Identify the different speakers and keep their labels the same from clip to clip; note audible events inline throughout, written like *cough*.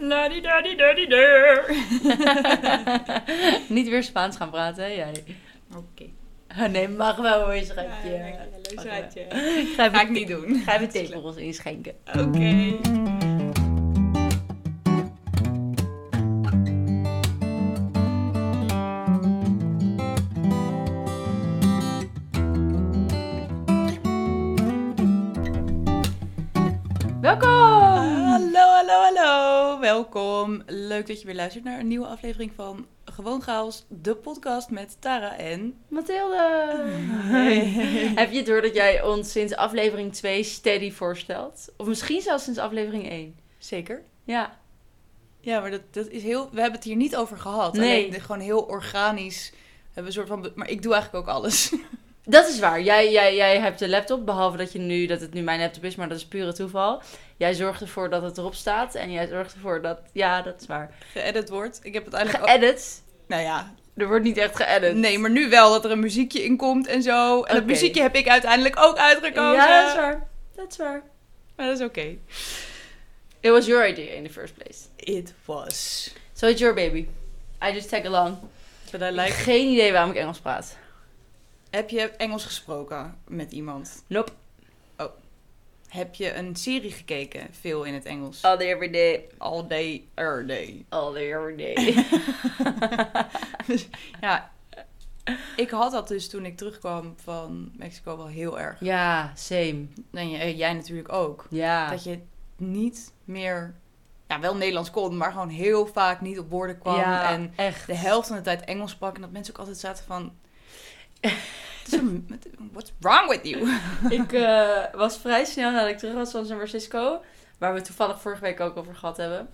Speaker 1: Ladi dadi dadi der.
Speaker 2: *laughs* Niet weer Spaans gaan praten, hè, jij? Oh,
Speaker 1: Oké.
Speaker 2: *laughs* Nee, mag wel hoor,
Speaker 1: Ja,
Speaker 2: schatje.
Speaker 1: ja, leuk
Speaker 2: Mag
Speaker 1: schatje.
Speaker 2: wel.
Speaker 1: Ga ik niet doen.
Speaker 2: Ga
Speaker 1: *laughs*
Speaker 2: even theekorrels inschenken.
Speaker 1: Oké.
Speaker 2: Welkom!
Speaker 1: Hallo, hallo, hallo. Welkom. Leuk dat je weer luistert naar een nieuwe aflevering van Gewoon Chaos, de podcast met Tara en...
Speaker 2: Mathilde! *laughs* Heb je het door dat jij ons sinds aflevering 2 steady voorstelt? Of misschien zelfs sinds aflevering 1.
Speaker 1: Zeker.
Speaker 2: Ja,
Speaker 1: Ja, maar dat, dat is heel... We hebben het hier niet over gehad.
Speaker 2: Nee.
Speaker 1: Alleen, dit gewoon heel organisch. We hebben een soort van... be- Maar ik doe eigenlijk ook alles. *laughs*
Speaker 2: dat is waar. Jij, jij, jij hebt de laptop, behalve dat, je nu, dat het nu mijn laptop is, maar dat is pure toeval. Jij zorgt ervoor dat het erop staat en jij zorgt ervoor dat... Ja, dat is waar.
Speaker 1: Geëdit wordt. Ik heb het eigenlijk... ook-
Speaker 2: Geëdit.
Speaker 1: Nou ja,
Speaker 2: Er wordt niet echt geëdit.
Speaker 1: Nee, maar nu wel dat er een muziekje in komt en zo. En dat
Speaker 2: Oké.
Speaker 1: muziekje heb ik uiteindelijk ook uitgekozen.
Speaker 2: Ja, dat is waar. Dat is waar.
Speaker 1: Maar dat is oké.
Speaker 2: It was your idea in the first place.
Speaker 1: It was.
Speaker 2: So it's your baby. I just tag along.
Speaker 1: But I
Speaker 2: Like...
Speaker 1: like...
Speaker 2: Geen idee waarom ik Engels praat.
Speaker 1: Heb je Engels gesproken met iemand? Oh.
Speaker 2: Nope.
Speaker 1: Heb je een serie gekeken? Veel in het Engels.
Speaker 2: All day, every day.
Speaker 1: All day, er day. *laughs*
Speaker 2: All day, every day.
Speaker 1: Dus, Ja. Ik had dat dus toen ik terugkwam van Mexico wel heel erg.
Speaker 2: *laughs* ja, same.
Speaker 1: En jij, jij natuurlijk ook.
Speaker 2: Ja.
Speaker 1: Dat je niet meer... Ja, wel Nederlands kon, maar gewoon heel vaak niet op woorden kwam.
Speaker 2: ja,
Speaker 1: En
Speaker 2: echt.
Speaker 1: de helft van de tijd Engels sprak. En dat mensen ook altijd zaten van... *laughs* "Het is een- het- What's wrong with you?
Speaker 2: *laughs* ik eh, was vrij snel nadat ik terug was van San Francisco, waar we het toevallig vorige week ook over gehad hebben.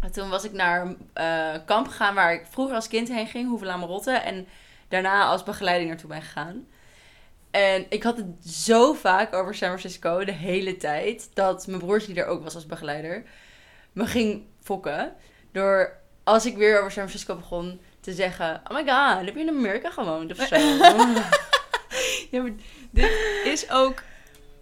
Speaker 2: En toen was ik naar een eh, kamp gegaan waar ik vroeger als kind heen ging, Hoeveel Marotte, en daarna als begeleiding naartoe ben gegaan. En ik had het zo vaak over San Francisco de hele tijd, dat mijn broertje die er ook was als begeleider, me ging fokken. Door als ik weer over San Francisco begon te zeggen, oh my god, heb je in Amerika gewoond of zo?
Speaker 1: Ja, maar dit is ook...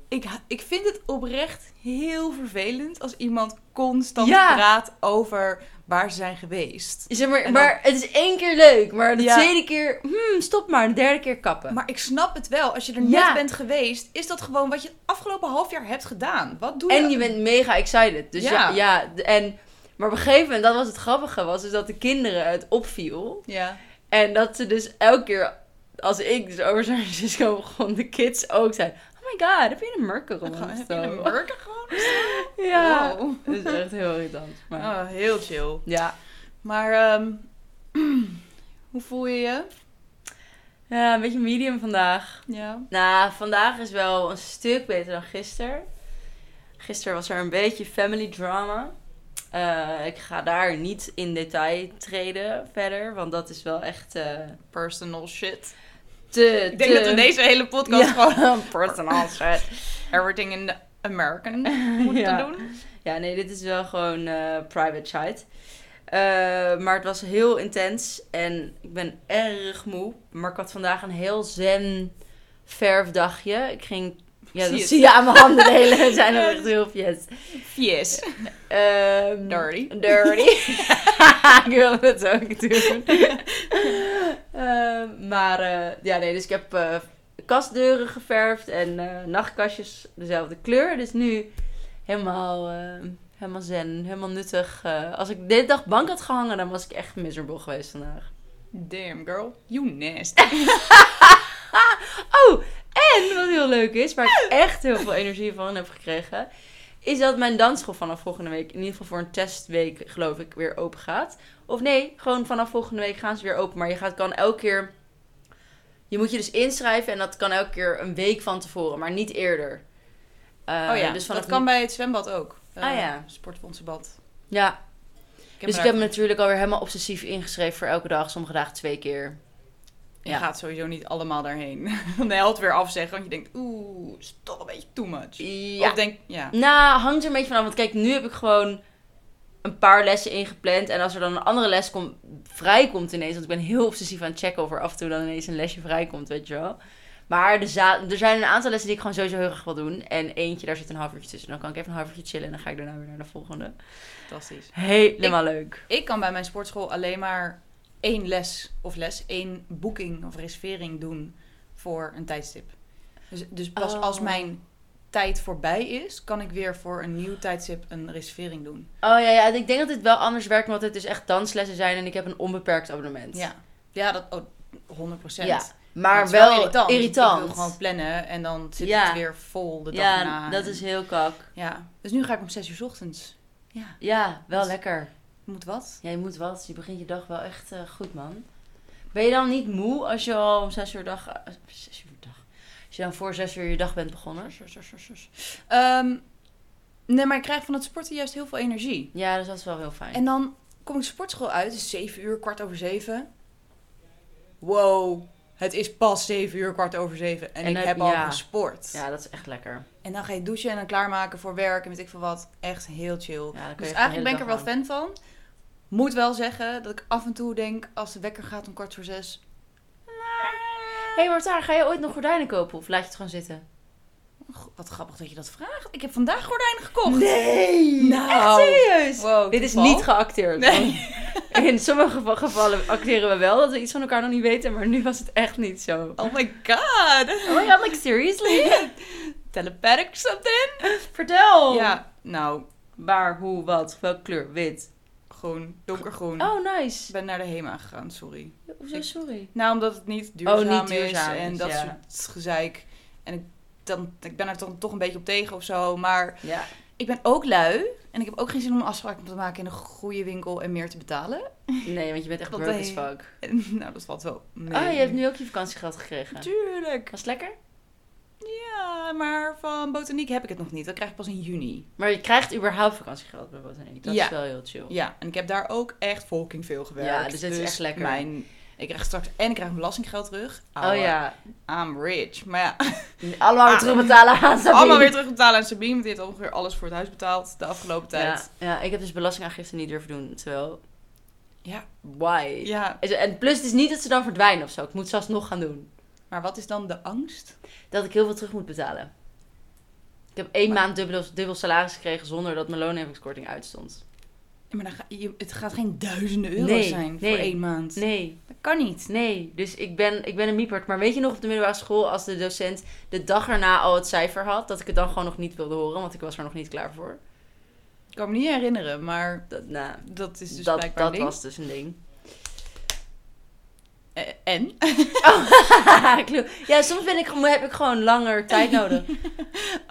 Speaker 1: Ik, ha- ik vind het oprecht heel vervelend als iemand constant
Speaker 2: Ja.
Speaker 1: praat over waar ze zijn geweest.
Speaker 2: Zeg maar,
Speaker 1: En dan-
Speaker 2: maar het is één keer leuk, maar de
Speaker 1: Ja.
Speaker 2: tweede keer, hmm, stop maar, de derde keer kappen.
Speaker 1: Maar ik snap het wel. Als je er
Speaker 2: Ja.
Speaker 1: net bent geweest, is dat gewoon wat je het afgelopen half jaar hebt gedaan. Wat doe je?
Speaker 2: en je bent mega excited. Dus ja, ja,
Speaker 1: Ja.
Speaker 2: d- en, maar op een gegeven moment, dat was het grappige, was dus dat de kinderen het opviel.
Speaker 1: Ja.
Speaker 2: En dat ze dus elke keer, als ik dus over San Francisco *laughs* begon, de kids ook zeiden, oh my god, heb je in Amerika gewoond? of
Speaker 1: Heb je een
Speaker 2: zo?"
Speaker 1: burger gewoon?
Speaker 2: *laughs* Ja,
Speaker 1: Wow.
Speaker 2: dat is echt heel irritant. Maar,
Speaker 1: Oh, heel chill.
Speaker 2: Ja.
Speaker 1: Maar ehm, *clears throat* hoe voel je je?
Speaker 2: ja, een beetje medium vandaag.
Speaker 1: Ja.
Speaker 2: Nou, vandaag is wel een stuk beter dan gisteren. Gisteren was er een beetje family drama. Eh, ik ga daar niet in detail treden verder, want dat is wel echt eh,
Speaker 1: Personal shit.
Speaker 2: te...
Speaker 1: Ik denk
Speaker 2: te-
Speaker 1: dat we deze hele podcast gewoon *laughs*
Speaker 2: personal shit.
Speaker 1: everything in the American moeten
Speaker 2: *laughs* Ja.
Speaker 1: doen.
Speaker 2: Ja, nee, dit is wel gewoon eh, private shit. Eh, maar het was heel intens en ik ben erg moe. Maar ik had vandaag een heel zen verfdagje. Ik ging... Ja,
Speaker 1: Zie
Speaker 2: dat
Speaker 1: het.
Speaker 2: zie je aan mijn handen. De hele
Speaker 1: *laughs*
Speaker 2: zijn er echt heel vet.
Speaker 1: Yes.
Speaker 2: Ehm,
Speaker 1: Dirty.
Speaker 2: Dirty. *laughs* ik wil het ook doen. Ehm, maar eh, ja, nee, dus ik heb eh, kastdeuren geverfd en eh, nachtkastjes dezelfde kleur. Dus nu helemaal, eh, helemaal zen, helemaal nuttig. Eh, als ik dit dag bank had gehangen, dan was ik echt miserable geweest vandaag.
Speaker 1: Damn girl, you nasty.
Speaker 2: Oh, en wat heel leuk is, waar ik echt heel veel energie van heb gekregen, is dat mijn dansschool vanaf volgende week, in ieder geval voor een testweek, geloof ik, weer open gaat. Of nee, gewoon vanaf volgende week gaan ze weer open. Maar je gaat, kan elke keer. Je moet je dus inschrijven en dat kan elke keer een week van tevoren, maar niet eerder. Eh,
Speaker 1: oh ja,
Speaker 2: dus vanaf
Speaker 1: dat kan bij het zwembad ook. Eh,
Speaker 2: Ah ja.
Speaker 1: Sportfondsenbad.
Speaker 2: nu- Ja,
Speaker 1: me
Speaker 2: dus ik
Speaker 1: daar-
Speaker 2: heb me natuurlijk alweer helemaal obsessief ingeschreven voor elke dag, sommige dagen twee keer.
Speaker 1: Je
Speaker 2: ja.
Speaker 1: gaat sowieso niet allemaal daarheen. *laughs* Dan de helft weer afzeggen, want je denkt, oeh, is toch een beetje too much.
Speaker 2: Ja.
Speaker 1: Of denk, ja.
Speaker 2: Nou, hangt er een beetje vanaf. Want kijk, nu heb ik gewoon een paar lessen ingepland. En als er dan een andere les kom, vrijkomt ineens. Want ik ben heel obsessief aan het checken of er af en toe dan ineens een lesje vrijkomt, weet je wel. Maar de za- er zijn een aantal lessen die ik gewoon sowieso heel erg wil doen. En eentje, daar zit een half uurtje tussen. Dan kan ik even een half uurtje chillen en dan ga ik daarna weer naar de volgende.
Speaker 1: Fantastisch.
Speaker 2: Helemaal leuk.
Speaker 1: Ik kan bij mijn sportschool alleen maar één les of les, één boeking of reservering doen voor een tijdstip. Dus, dus pas
Speaker 2: Oh.
Speaker 1: als mijn tijd voorbij is, kan ik weer voor een nieuw tijdstip een reservering doen.
Speaker 2: Oh ja, ja, ik denk dat dit wel anders werkt, omdat het dus echt danslessen zijn en ik heb een onbeperkt abonnement.
Speaker 1: Ja, ja dat oh, 100 procent.
Speaker 2: Ja, maar
Speaker 1: Het is
Speaker 2: wel,
Speaker 1: irritant.
Speaker 2: irritant.
Speaker 1: Ik wil gewoon plannen en dan zit
Speaker 2: Ja.
Speaker 1: het weer vol de dag
Speaker 2: ja,
Speaker 1: na.
Speaker 2: dat is heel kak.
Speaker 1: Ja, dus nu ga ik om 6 uur 's ochtends. Ja,
Speaker 2: Ja, wel
Speaker 1: Dat-
Speaker 2: lekker.
Speaker 1: moet wat.
Speaker 2: Ja, je moet wat. Je begint je dag wel echt eh, goed, man. Ben je dan niet moe als je al om zes uur dag... eh, Zes uur dag... Als je dan voor zes uur je dag bent begonnen?
Speaker 1: Ehm, nee, maar ik krijg van het sporten juist heel veel energie.
Speaker 2: Ja, dus dat is wel heel fijn.
Speaker 1: En dan kom ik de sportschool uit, het is 7 uur, kwart over 7. Wow, het is pas 7 uur, kwart over 7. En,
Speaker 2: En
Speaker 1: ik
Speaker 2: dan-
Speaker 1: heb al
Speaker 2: ja.
Speaker 1: gesport.
Speaker 2: Ja, dat is echt lekker.
Speaker 1: En dan ga je douchen en dan klaarmaken voor werk en weet ik veel wat. Echt heel chill.
Speaker 2: Ja, dan kun je echt de
Speaker 1: dus
Speaker 2: hele
Speaker 1: eigenlijk ben ik er wel
Speaker 2: dag
Speaker 1: fan
Speaker 2: aan.
Speaker 1: van. Moet wel zeggen dat ik af en toe denk, als de wekker gaat om kwart voor 6.
Speaker 2: Hé hey, Marta, ga je ooit nog gordijnen kopen of laat je het gewoon zitten?
Speaker 1: Wat grappig dat je dat vraagt. Ik heb vandaag gordijnen gekocht.
Speaker 2: Nee!
Speaker 1: Nou.
Speaker 2: Echt serieus?
Speaker 1: Wow,
Speaker 2: Dit is
Speaker 1: toeval.
Speaker 2: niet geacteerd.
Speaker 1: Nee.
Speaker 2: *laughs* In sommige geva- gevallen acteren we wel dat we iets van elkaar nog niet weten, maar nu was het echt niet zo.
Speaker 1: Oh my god.
Speaker 2: Oh my god, like seriously?
Speaker 1: Telepathic something?
Speaker 2: *laughs* Vertel!
Speaker 1: Ja, nou,
Speaker 2: Waar, hoe, wat, welke kleur? Wit.
Speaker 1: groen. Donkergroen.
Speaker 2: Oh,
Speaker 1: Ik
Speaker 2: nice.
Speaker 1: ben naar de HEMA gegaan, sorry.
Speaker 2: Hoezo, sorry?
Speaker 1: Nou, omdat het niet duurzaam,
Speaker 2: Oh, niet duurzaam
Speaker 1: is en
Speaker 2: is,
Speaker 1: dat
Speaker 2: ja.
Speaker 1: soort gezeik. En ik, dan, ik ben er dan toch een beetje op tegen of zo. Maar
Speaker 2: Ja.
Speaker 1: ik ben ook lui en ik heb ook geen zin om een afspraak te maken in een goede winkel en meer te betalen. *laughs*
Speaker 2: Nee, want je bent echt
Speaker 1: Dat
Speaker 2: broke
Speaker 1: deed-
Speaker 2: as fuck.
Speaker 1: En, nou, dat valt wel mee.
Speaker 2: Ah, je hebt nu ook je vakantiegeld gekregen.
Speaker 1: Tuurlijk.
Speaker 2: Was het lekker?
Speaker 1: Ja, maar van botaniek heb ik het nog niet. Dat krijg ik pas in juni.
Speaker 2: Maar je krijgt überhaupt vakantiegeld bij Botaniek. Dat
Speaker 1: Ja.
Speaker 2: is wel heel chill.
Speaker 1: Ja, en ik heb daar ook echt fucking veel gewerkt.
Speaker 2: Ja, dus het is echt lekker.
Speaker 1: Mijn, ik krijg straks en ik krijg mijn belastinggeld terug. Ouwe,
Speaker 2: Oh ja.
Speaker 1: I'm rich. Maar ja,
Speaker 2: Allemaal weer
Speaker 1: Ah.
Speaker 2: terugbetalen aan Sabine.
Speaker 1: *laughs* allemaal weer terugbetalen aan Sabine. Want die heeft ongeveer alles voor het huis betaald de afgelopen tijd.
Speaker 2: Ja, ja, ik heb dus belastingaangifte niet durven doen. Terwijl,
Speaker 1: Ja,
Speaker 2: why?
Speaker 1: ja.
Speaker 2: Is- En plus, het is niet dat ze dan verdwijnen of zo. Ik moet ze alsnog gaan doen.
Speaker 1: Maar wat is dan de angst?
Speaker 2: Dat ik heel veel terug moet betalen. Ik heb één maand dubbel, dubbel salaris gekregen zonder dat mijn loonheffingskorting uitstond.
Speaker 1: Maar dan ga, je, het gaat geen duizenden euro's
Speaker 2: Nee,
Speaker 1: zijn
Speaker 2: nee,
Speaker 1: voor één maand.
Speaker 2: Nee,
Speaker 1: Dat kan niet.
Speaker 2: nee. Dus ik ben, ik ben een miepert. Maar weet je nog op de middelbare school als de docent de dag erna al het cijfer had... dat ik het dan gewoon nog niet wilde horen, want ik was er nog niet klaar voor.
Speaker 1: Ik kan me niet herinneren, maar
Speaker 2: Dat, nou,
Speaker 1: dat is dus
Speaker 2: dat,
Speaker 1: blijkbaar een
Speaker 2: dat
Speaker 1: ding.
Speaker 2: was dus een ding.
Speaker 1: Eh, En? *laughs*
Speaker 2: Oh, *laughs* kloe. Ja, soms ben ik, gewoon- heb ik gewoon langer tijd nodig.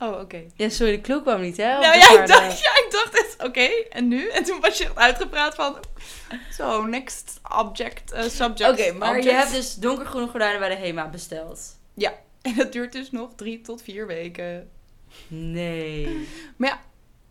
Speaker 1: Oh, oké.
Speaker 2: Ja, sorry, de kloek kwam niet, hè? Op
Speaker 1: Nou
Speaker 2: de
Speaker 1: ja ik,
Speaker 2: paarden.
Speaker 1: dacht, ja, ik dacht echt, oké, en nu? En toen was je echt uitgepraat van, zo, next object, eh, subject.
Speaker 2: Oké, maar je
Speaker 1: object.
Speaker 2: hebt dus donkergroene gordijnen bij de HEMA besteld.
Speaker 1: En dat duurt dus nog drie tot vier weken.
Speaker 2: Nee.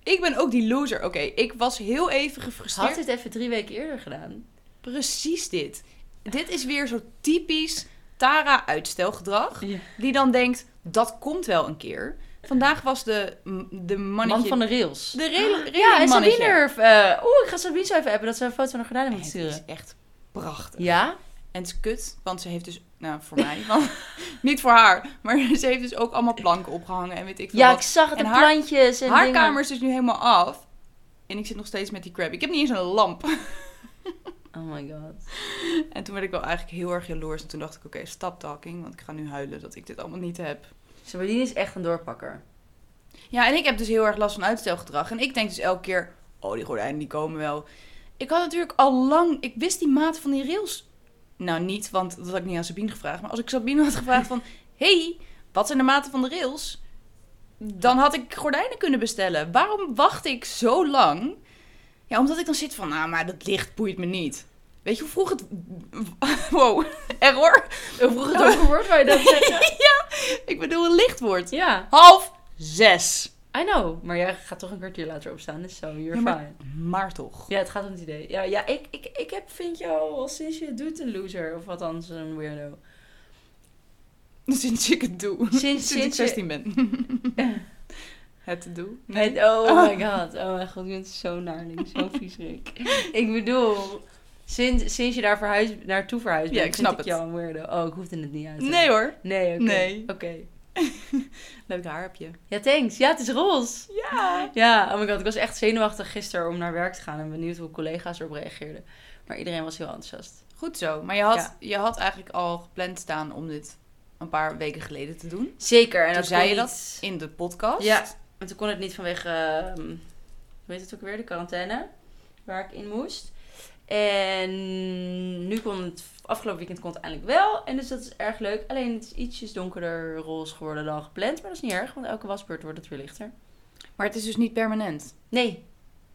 Speaker 1: Ik ben ook die loser. Oké, ik was heel even gefrustreerd.
Speaker 2: Had dit even drie weken eerder gedaan?
Speaker 1: Precies dit. Dit is weer zo typisch Tara-uitstelgedrag.
Speaker 2: Ja.
Speaker 1: Die dan denkt, dat komt wel een keer. Vandaag was de, de mannetje...
Speaker 2: Man van de rails.
Speaker 1: de rele, rele
Speaker 2: ja, en
Speaker 1: mannetje.
Speaker 2: Sabine er... eh, Oeh, ik ga Sabine zo even appen dat ze een foto van de gordijnen moet
Speaker 1: Het is
Speaker 2: sturen.
Speaker 1: echt prachtig.
Speaker 2: Ja?
Speaker 1: En het is kut, want ze heeft dus... Nou, voor mij. Want, *laughs* niet voor haar. Maar *laughs* ze heeft dus ook allemaal planken opgehangen en weet ik veel
Speaker 2: Ja, ik
Speaker 1: wat.
Speaker 2: zag het.
Speaker 1: En
Speaker 2: En
Speaker 1: haar-
Speaker 2: plantjes en
Speaker 1: Haar
Speaker 2: dingen.
Speaker 1: kamer is dus nu helemaal af. En ik zit nog steeds met die crap. Ik heb niet eens een lamp. *laughs*
Speaker 2: Oh my god.
Speaker 1: En toen werd ik wel eigenlijk heel erg jaloers. En toen dacht ik, oké, stop talking. Want ik ga nu huilen dat ik dit allemaal niet heb.
Speaker 2: Sabine is echt een doorpakker.
Speaker 1: Ja, en ik heb dus heel erg last van uitstelgedrag. En ik denk dus elke keer, oh, die gordijnen die komen wel. Ik had natuurlijk al lang, ik wist die maat van die rails. Nou, niet, want dat had ik niet aan Sabine gevraagd. Maar als ik Sabine had gevraagd van, hey, wat zijn de maten van de rails? Dan had ik gordijnen kunnen bestellen. Waarom wacht ik zo lang? Ja, omdat ik dan zit van, nou, maar dat licht boeit me niet. Weet je hoe vroeg het... *laughs* Wow, *laughs* error.
Speaker 2: Hoe vroeg het donker waar je *laughs* dat zeggen?
Speaker 1: Ik bedoel, een licht wordt.
Speaker 2: ja,
Speaker 1: Half zes.
Speaker 2: I know. Maar jij gaat toch een kwartier later opstaan, dus zo, you're
Speaker 1: Ja, maar-
Speaker 2: fine.
Speaker 1: Maar toch.
Speaker 2: Ja, het gaat om het idee. Ja, ja ik, ik, ik heb, vind jou al sinds je het doet een loser. Of althans een *laughs* weirdo.
Speaker 1: *laughs* Sinds ik het doe.
Speaker 2: Sinds-
Speaker 1: Sinds,
Speaker 2: sinds
Speaker 1: ik 16
Speaker 2: je-
Speaker 1: ben. *laughs* het te doen?
Speaker 2: Met, *laughs* oh my god. Oh mijn god, je bent zo naarling. Zo viezerik. ik bedoel, Sinds, sinds je daar verhuis, naartoe verhuisd
Speaker 1: Ja,
Speaker 2: bent,
Speaker 1: ik
Speaker 2: vind
Speaker 1: snap
Speaker 2: ik
Speaker 1: het.
Speaker 2: jou een weirdo. Oh, ik hoefde het niet uit te
Speaker 1: Nee hoor.
Speaker 2: Nee, oké.
Speaker 1: Nee.
Speaker 2: Oké.
Speaker 1: Leuk haar heb je.
Speaker 2: Ja, thanks. Ja, het is roze.
Speaker 1: Ja.
Speaker 2: Ja, oh my god. Ik was echt zenuwachtig gisteren om naar werk te gaan. En benieuwd hoe collega's erop reageerden. Maar iedereen was heel enthousiast.
Speaker 1: Goed zo. Maar je had, je had eigenlijk al gepland staan om dit een paar weken geleden te doen.
Speaker 2: Zeker. En
Speaker 1: Toen
Speaker 2: dat
Speaker 1: zei
Speaker 2: kon
Speaker 1: je
Speaker 2: niet-
Speaker 1: In de podcast.
Speaker 2: Ja, en toen kon het niet vanwege, ehm, hoe heet het ook weer, de quarantaine waar ik in moest. En nu kon het, afgelopen weekend kon het eindelijk wel. En dus dat is erg leuk. Alleen het is ietsjes donkerder roze geworden dan gepland. Maar dat is niet erg, want elke wasbeurt wordt het weer lichter.
Speaker 1: Maar het is dus niet permanent.
Speaker 2: Nee.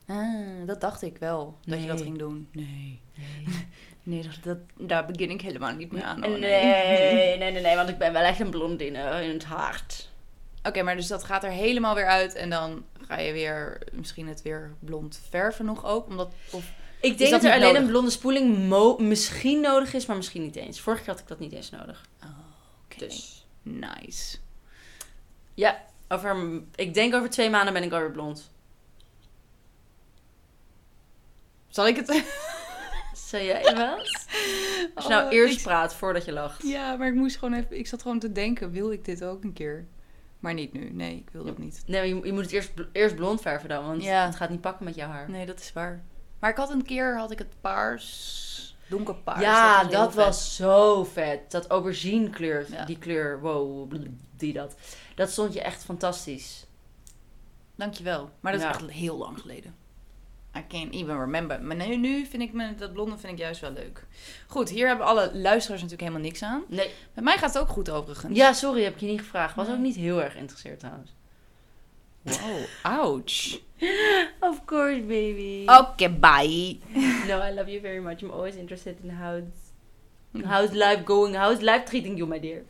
Speaker 1: Ah, dat dacht ik wel. Dat je dat
Speaker 2: Nee.
Speaker 1: ging doen. Nee. Nee, dat, dat- daar begin ik helemaal niet
Speaker 2: *laughs*
Speaker 1: meer aan. hoor.
Speaker 2: oh, nee.
Speaker 1: *laughs*
Speaker 2: Nee, nee, nee, want ik ben wel echt een blondine in het hart.
Speaker 1: Oké, maar dus dat gaat er helemaal weer uit. En dan ga je weer misschien het weer blond verven nog ook. Omdat, of,
Speaker 2: Ik
Speaker 1: Is
Speaker 2: denk
Speaker 1: dat
Speaker 2: dat,
Speaker 1: niet
Speaker 2: er alleen
Speaker 1: nodig?
Speaker 2: een blonde spoeling mo- misschien nodig is, maar misschien niet eens. Vorige keer had ik dat niet eens nodig.
Speaker 1: Oké.
Speaker 2: Dus...
Speaker 1: Nice.
Speaker 2: Over, ik denk over twee maanden ben ik alweer blond.
Speaker 1: Zal ik het... *laughs*
Speaker 2: Zei jij wat? Als je nou
Speaker 1: Oh,
Speaker 2: eerst
Speaker 1: ik-
Speaker 2: praat voordat je lacht.
Speaker 1: Ja, maar ik moest gewoon even... Ik zat gewoon te denken, wil ik dit ook een keer? Maar niet nu. Nee, ik wil dat niet.
Speaker 2: Nee, je, je moet het eerst, bl- eerst blond verven dan, want
Speaker 1: Ja.
Speaker 2: het gaat niet pakken met jouw haar.
Speaker 1: Nee, dat is waar. Maar ik had een keer, had ik het paars... Donker paars.
Speaker 2: ja,
Speaker 1: heel
Speaker 2: dat
Speaker 1: vet.
Speaker 2: was zo vet. Dat aubergine kleur,
Speaker 1: Ja.
Speaker 2: die kleur, wow, bl- die dat. Dat stond je echt fantastisch.
Speaker 1: Dankjewel. Maar dat
Speaker 2: Ja.
Speaker 1: is echt heel lang geleden. I can't even remember. Maar nu, nu vind ik me, dat blonde vind ik juist wel leuk. Goed, hier hebben alle luisteraars natuurlijk helemaal niks aan.
Speaker 2: Nee.
Speaker 1: Met mij gaat het ook goed overigens.
Speaker 2: Ja, sorry, heb ik je niet gevraagd. Was
Speaker 1: Nee.
Speaker 2: ook niet heel erg geïnteresseerd trouwens.
Speaker 1: Wow, ouch.
Speaker 2: Of course, baby.
Speaker 1: Oké, bye.
Speaker 2: No, I love you very much. I'm always interested in how it's, how's life going, how's life treating you, my dear.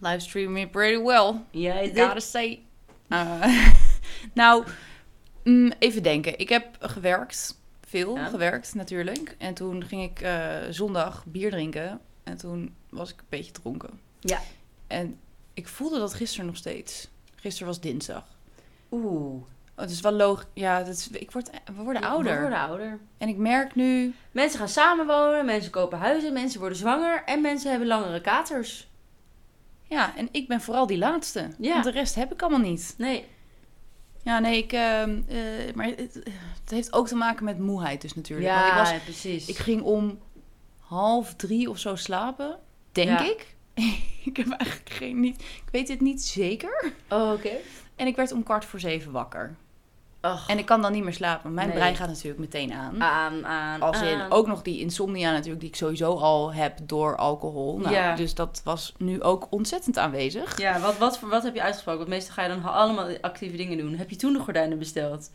Speaker 1: Livestream me pretty well.
Speaker 2: Ja, is
Speaker 1: Gotta
Speaker 2: it?
Speaker 1: say. Eh, *laughs* nou, mm, even denken. Ik heb gewerkt. Veel
Speaker 2: Ja.
Speaker 1: gewerkt natuurlijk. En toen ging ik eh, zondag bier drinken. En toen was ik een beetje dronken.
Speaker 2: Ja.
Speaker 1: En ik voelde dat gisteren nog steeds. Gisteren was dinsdag.
Speaker 2: Oeh.
Speaker 1: Oh, het is wel logisch. Ja, dat is, ik word, we worden
Speaker 2: Ja,
Speaker 1: ouder.
Speaker 2: We worden ouder.
Speaker 1: En ik merk nu...
Speaker 2: Mensen gaan samenwonen, mensen kopen huizen, mensen worden zwanger en mensen hebben langere katers.
Speaker 1: Ja, en ik ben vooral die laatste.
Speaker 2: Ja.
Speaker 1: Want de rest heb ik allemaal niet.
Speaker 2: Nee.
Speaker 1: Ja, nee, ik. ehm, eh, maar het, het heeft ook te maken met moeheid, dus natuurlijk. Want ik, was,
Speaker 2: precies.
Speaker 1: ik ging om half drie of zo slapen, denk
Speaker 2: Ja.
Speaker 1: ik. *laughs* ik heb eigenlijk geen. Niet, ik weet dit niet zeker.
Speaker 2: Oh, oké.
Speaker 1: En ik werd om kwart voor zeven wakker.
Speaker 2: Ach,
Speaker 1: En ik kan dan niet meer slapen. want Mijn
Speaker 2: Nee.
Speaker 1: brein gaat natuurlijk meteen aan.
Speaker 2: aan, aan, Oh,
Speaker 1: Als in
Speaker 2: aan.
Speaker 1: ook nog die insomnia natuurlijk, die ik sowieso al heb door alcohol. Nou,
Speaker 2: Ja.
Speaker 1: Dus dat was nu ook ontzettend aanwezig.
Speaker 2: Ja, wat, wat, voor- wat heb je uitgesproken? Want meestal ga je dan ha- allemaal actieve dingen doen. Heb je toen de gordijnen besteld?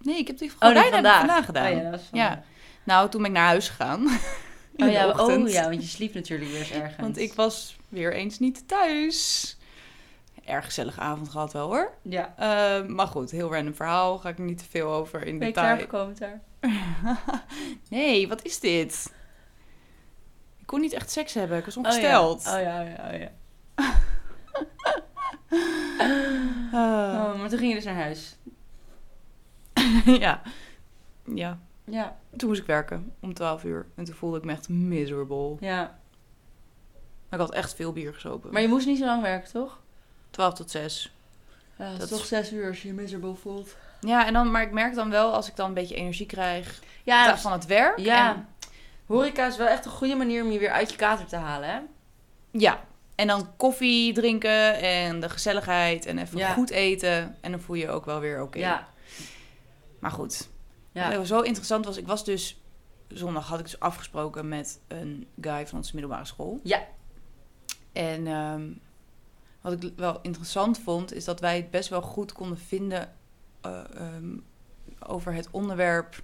Speaker 1: Nee, ik heb die
Speaker 2: Oh, nee,
Speaker 1: gewoon vandaag. vandaag gedaan.
Speaker 2: Oh ja, dat was
Speaker 1: Ja.
Speaker 2: vandaag.
Speaker 1: Nou, toen ben ik naar huis gegaan. *laughs* In
Speaker 2: Oh
Speaker 1: de
Speaker 2: ja,
Speaker 1: ochtend.
Speaker 2: oh ja, want je sliep natuurlijk weer eens *laughs* ergens.
Speaker 1: Want ik was weer eens niet thuis. Erg gezellige avond gehad wel hoor.
Speaker 2: Ja.
Speaker 1: Eh, maar goed, heel random verhaal. Ga ik niet te veel over in
Speaker 2: Ben je
Speaker 1: detail.
Speaker 2: klaargekomen daar?
Speaker 1: *laughs* nee, wat is dit? Ik kon niet echt seks hebben. Ik was
Speaker 2: Oh ja.
Speaker 1: ongesteld.
Speaker 2: Oh ja, oh ja, oh ja.
Speaker 1: Eh,
Speaker 2: Oh, maar toen ging je dus naar huis.
Speaker 1: *laughs* ja. ja.
Speaker 2: Ja.
Speaker 1: Toen moest ik werken om 12 uur. En toen voelde ik me echt miserable.
Speaker 2: Ja.
Speaker 1: Maar ik had echt veel bier gesopen.
Speaker 2: Maar je moest niet zo lang werken, toch?
Speaker 1: 12 tot 6.
Speaker 2: Ja, het
Speaker 1: Dat
Speaker 2: is toch
Speaker 1: is-
Speaker 2: zes uur als je je miserable voelt.
Speaker 1: Ja, en dan, maar ik merk dan wel als ik dan een beetje energie krijg
Speaker 2: Ja,
Speaker 1: van het werk.
Speaker 2: Ah. ja.
Speaker 1: en-
Speaker 2: horeca is wel echt een goede manier om je weer uit je kater te halen, hè?
Speaker 1: Ja. En dan koffie drinken en de gezelligheid en even
Speaker 2: Ja.
Speaker 1: goed eten. En dan voel je je ook wel weer oké.
Speaker 2: Ja.
Speaker 1: Maar goed.
Speaker 2: Ja.
Speaker 1: Wat zo interessant was, ik was dus... Zondag had ik dus afgesproken met een guy van onze middelbare school.
Speaker 2: Ja.
Speaker 1: En ehm, wat ik wel interessant vond, is dat wij het best wel goed konden vinden eh, ehm, over het onderwerp...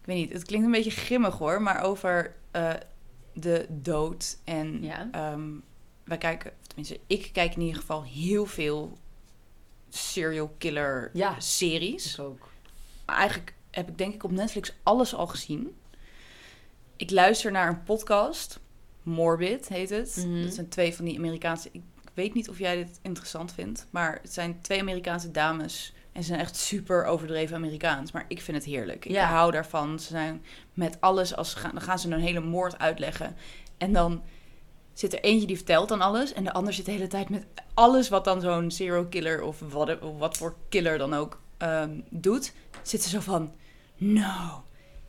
Speaker 1: Ik weet niet, het klinkt een beetje grimmig hoor, maar over eh, de dood en
Speaker 2: Ja.
Speaker 1: Ehm, wij kijken, of tenminste, ik kijk in ieder geval heel veel serial killer
Speaker 2: Ja.
Speaker 1: series.
Speaker 2: Is ook.
Speaker 1: Maar eigenlijk heb ik denk ik op Netflix alles al gezien. Ik luister naar een podcast, Morbid heet het.
Speaker 2: Mhm.
Speaker 1: Dat zijn twee van die Amerikaanse. Ik, ik weet niet of jij dit interessant vindt, maar het zijn twee Amerikaanse dames En ze zijn echt super overdreven Amerikaans. Maar ik vind het heerlijk. Ik
Speaker 2: Ja.
Speaker 1: hou daarvan. Ze zijn met alles. Als ze gaan, dan gaan ze een hele moord uitleggen. En dan zit er eentje die vertelt dan alles. En de ander zit de hele tijd met alles wat dan zo'n serial killer of wat, of wat voor killer dan ook ehm, doet. Zit ze zo van, no,